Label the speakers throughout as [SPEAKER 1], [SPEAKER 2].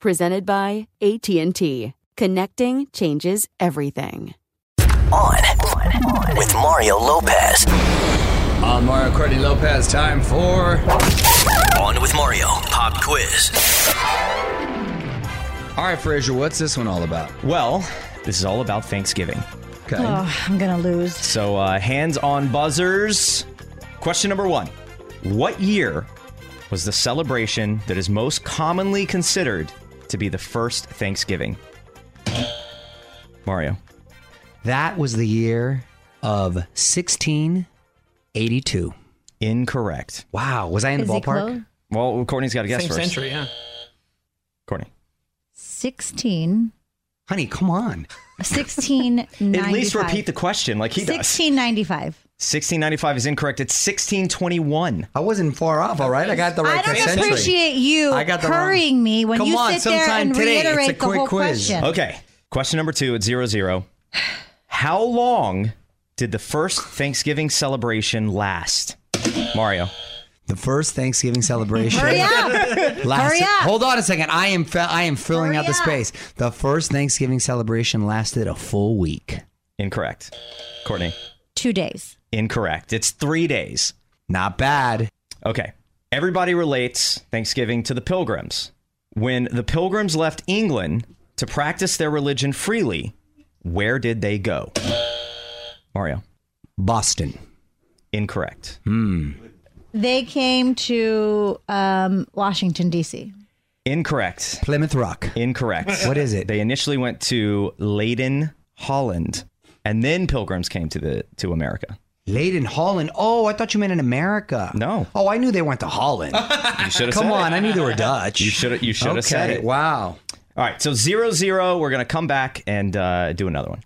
[SPEAKER 1] presented by AT&T. Connecting changes everything.
[SPEAKER 2] On, on, on with Mario Lopez.
[SPEAKER 3] Uh,
[SPEAKER 4] I'm Mario Cordy Lopez. Time for
[SPEAKER 2] On with Mario Pop Quiz.
[SPEAKER 4] All right, Frazier. What's this one all about?
[SPEAKER 5] Well, this is all about Thanksgiving.
[SPEAKER 4] Okay.
[SPEAKER 6] Oh, I'm gonna lose.
[SPEAKER 5] So, uh, hands on buzzers. Question number one What year was the celebration that is most commonly considered to be the first Thanksgiving? Mario.
[SPEAKER 3] That was the year of 1682.
[SPEAKER 5] Incorrect.
[SPEAKER 3] Wow, was I in
[SPEAKER 6] Is
[SPEAKER 3] the
[SPEAKER 6] he
[SPEAKER 3] ballpark?
[SPEAKER 6] close?
[SPEAKER 5] Well, Courtney's got to guess
[SPEAKER 7] Same
[SPEAKER 5] first.
[SPEAKER 7] century, yeah.
[SPEAKER 5] Courtney.
[SPEAKER 6] 16,
[SPEAKER 3] Honey, come on.
[SPEAKER 6] 1695.
[SPEAKER 5] At least repeat the question like he does.
[SPEAKER 6] 1695.
[SPEAKER 5] 1695 is incorrect. It's 1621.
[SPEAKER 3] I wasn't far off, all right? I got the
[SPEAKER 6] I
[SPEAKER 3] right
[SPEAKER 6] don't
[SPEAKER 3] century.
[SPEAKER 6] appreciate you
[SPEAKER 3] I got the wrong-
[SPEAKER 6] hurrying me when
[SPEAKER 3] Come
[SPEAKER 6] you
[SPEAKER 3] on,
[SPEAKER 6] sit there
[SPEAKER 3] sometime
[SPEAKER 6] and
[SPEAKER 3] today. It's a
[SPEAKER 6] reiterate the
[SPEAKER 3] quick
[SPEAKER 6] whole
[SPEAKER 3] quiz.
[SPEAKER 6] question.
[SPEAKER 5] Okay. Question number two at zero zero. How long did the first Thanksgiving celebration last? Mario.
[SPEAKER 3] The first Thanksgiving celebration.
[SPEAKER 6] Hurry up.
[SPEAKER 3] lasted-
[SPEAKER 6] Hurry up.
[SPEAKER 3] Hold on a second. I am fi- I am filling
[SPEAKER 6] Hurry
[SPEAKER 3] out the
[SPEAKER 6] up.
[SPEAKER 3] space. The first Thanksgiving celebration lasted a full week.
[SPEAKER 5] Incorrect. Courtney.
[SPEAKER 6] Two days.
[SPEAKER 5] Incorrect. It's three days.
[SPEAKER 3] Not bad.
[SPEAKER 5] Okay. Everybody relates Thanksgiving to the pilgrims. When the pilgrims left England to practice their religion freely, where did they go? Mario.
[SPEAKER 3] Boston.
[SPEAKER 5] Incorrect.
[SPEAKER 6] They came to um, Washington, D.C.
[SPEAKER 5] Incorrect.
[SPEAKER 3] Plymouth Rock.
[SPEAKER 5] Incorrect.
[SPEAKER 3] What is it?
[SPEAKER 5] They initially went to Leyden, Holland, and then pilgrims came to the to America.
[SPEAKER 3] Leyden, Holland. Oh, I thought you meant in America.
[SPEAKER 5] No.
[SPEAKER 3] Oh, I knew they went to Holland.
[SPEAKER 5] You should have
[SPEAKER 3] Come
[SPEAKER 5] said
[SPEAKER 3] on,
[SPEAKER 5] It.
[SPEAKER 3] I knew they were Dutch.
[SPEAKER 5] You should have. You should have
[SPEAKER 3] okay.
[SPEAKER 5] said it.
[SPEAKER 3] Wow.
[SPEAKER 5] All right. So zero zero. We're gonna come back and uh, do another one.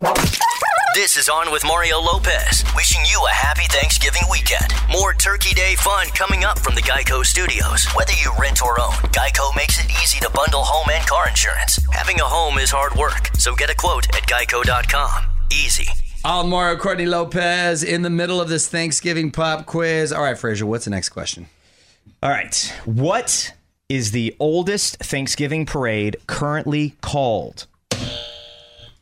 [SPEAKER 2] This is On with Mario Lopez, wishing you a happy Thanksgiving weekend. More Turkey Day fun coming up from the Geico Studios. Whether you rent or own, Geico makes it easy to bundle home and car insurance. Having a home is hard work, so get a quote at geico.com. Easy.
[SPEAKER 4] I'm Mario Courtney Lopez in the middle of this Thanksgiving pop quiz. All right, Frazier. What's the next question?
[SPEAKER 5] All right. What is the oldest Thanksgiving parade currently called?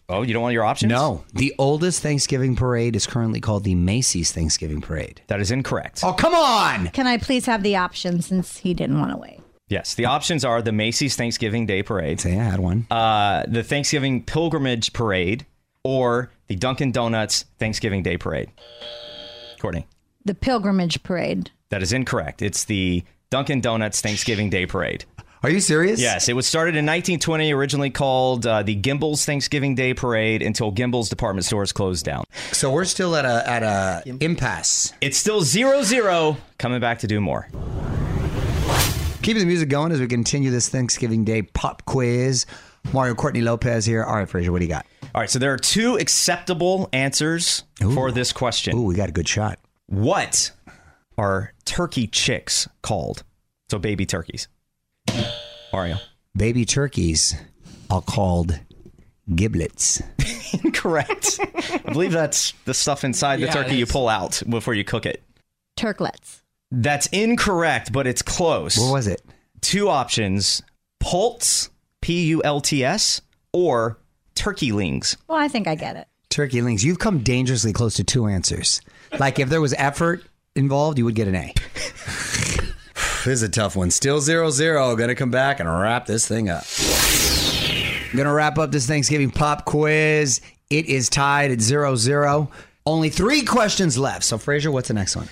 [SPEAKER 5] Oh, you don't want your options?
[SPEAKER 3] No, the oldest Thanksgiving parade is currently called the Macy's Thanksgiving Parade.
[SPEAKER 5] That is incorrect.
[SPEAKER 3] Oh, come on.
[SPEAKER 6] Can I please have the option since he didn't want to wait?
[SPEAKER 5] Yes. The options are the Macy's Thanksgiving Day Parade,
[SPEAKER 3] Say I had one.
[SPEAKER 5] uh, the Thanksgiving Pilgrimage Parade, or the Dunkin' Donuts Thanksgiving Day Parade. Courtney,
[SPEAKER 6] The pilgrimage parade.
[SPEAKER 5] that is incorrect. It's the Dunkin' Donuts Thanksgiving Day Parade.
[SPEAKER 4] Are you serious?
[SPEAKER 5] Yes, it was started in 1920, originally called uh, the Gimbel's Thanksgiving Day Parade until Gimbel's department stores closed down.
[SPEAKER 4] So we're still at a at a impasse.
[SPEAKER 5] It's still 0 0, coming back to do more.
[SPEAKER 3] Keeping the music going as we continue this Thanksgiving Day pop quiz. Mario Courtney Lopez here. All right, Frazier, what do you got?
[SPEAKER 5] All right, so there are two acceptable answers for this question.
[SPEAKER 3] Ooh, we got a good shot.
[SPEAKER 5] What are turkey chicks called? So baby turkeys. Mario.
[SPEAKER 3] Baby turkeys are called giblets.
[SPEAKER 5] Incorrect. I believe that's the stuff inside the turkey you pull out before you cook it.
[SPEAKER 6] Turklets.
[SPEAKER 5] That's incorrect, but it's close.
[SPEAKER 3] What was it?
[SPEAKER 5] two options pults p-u-l-t-s or turkey lings
[SPEAKER 6] Well, I think I get it.
[SPEAKER 3] Turkey links. You've come dangerously close to two answers. Like if there was effort involved, you would get an A.
[SPEAKER 4] This is a tough one. Still 0 0. Gonna come back and wrap this thing up.
[SPEAKER 3] I'm gonna wrap up this Thanksgiving pop quiz. It is tied at zero zero. Only three questions left. So Frazier, what's the next one?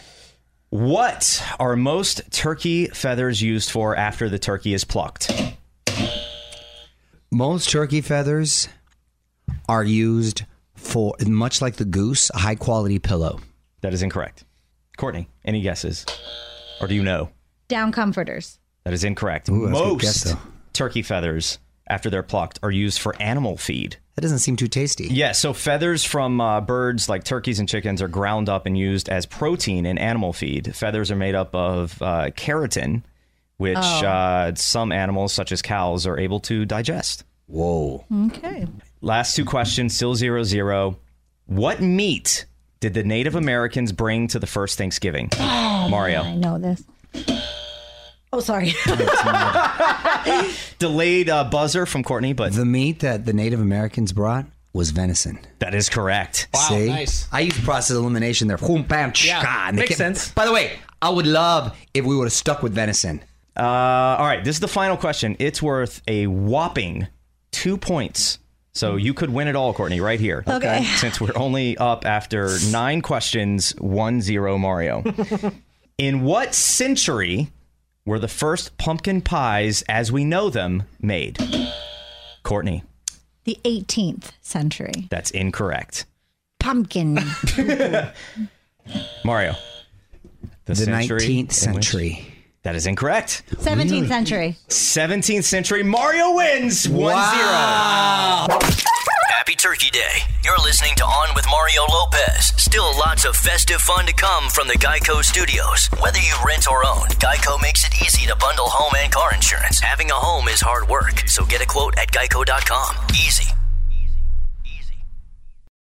[SPEAKER 5] what are most turkey feathers used for after the turkey is plucked
[SPEAKER 3] Most turkey feathers are used for much like the goose, a high quality pillow.
[SPEAKER 5] that is incorrect courtney any guesses or do you know
[SPEAKER 6] Down comforters.
[SPEAKER 5] that is incorrect
[SPEAKER 3] Ooh, that's a good
[SPEAKER 5] most
[SPEAKER 3] guess, though.
[SPEAKER 5] turkey feathers after they're plucked are used for animal feed
[SPEAKER 3] That doesn't seem too tasty.
[SPEAKER 5] yeah so feathers from uh, birds like turkeys and chickens are ground up and used as protein in animal feed feathers are made up of uh, keratin which uh, some animals such as cows are able to digest
[SPEAKER 3] Whoa.
[SPEAKER 6] Okay.
[SPEAKER 5] Last two questions, still zero zero. What meat did the Native Americans bring to the first Thanksgiving?
[SPEAKER 6] Oh, I
[SPEAKER 5] Mario.
[SPEAKER 6] know this. Oh, sorry.
[SPEAKER 5] Delayed uh, buzzer from Courtney, but
[SPEAKER 3] The meat that the Native Americans brought was venison.
[SPEAKER 5] that is correct.
[SPEAKER 3] Wow, See? nice. I use process elimination there. Boom, bam, yeah,
[SPEAKER 7] makes sense.
[SPEAKER 3] By the way, I would love if we would have stuck with venison.
[SPEAKER 5] Uh, all right, this is the final question. It's worth a whopping two points. So you could win it all, Courtney, right here.
[SPEAKER 6] Okay.
[SPEAKER 5] Since we're only up after nine questions, one zero Mario. In what century were the first pumpkin pies as we know them made? Courtney,
[SPEAKER 6] the 18th century.
[SPEAKER 5] that's incorrect.
[SPEAKER 6] Pumpkin.
[SPEAKER 5] Mario.
[SPEAKER 3] The
[SPEAKER 5] century in
[SPEAKER 3] nineteenth
[SPEAKER 5] which-
[SPEAKER 3] century.
[SPEAKER 5] That is incorrect.
[SPEAKER 6] 17th century.
[SPEAKER 5] 17th century. Mario wins 1
[SPEAKER 2] Happy Turkey Day. You're listening to On with Mario Lopez. Still lots of festive fun to come from the Geico Studios. Whether you rent or own, Geico makes it easy to bundle home and car insurance. Having a home is hard work, so get a quote at geico.com. Easy.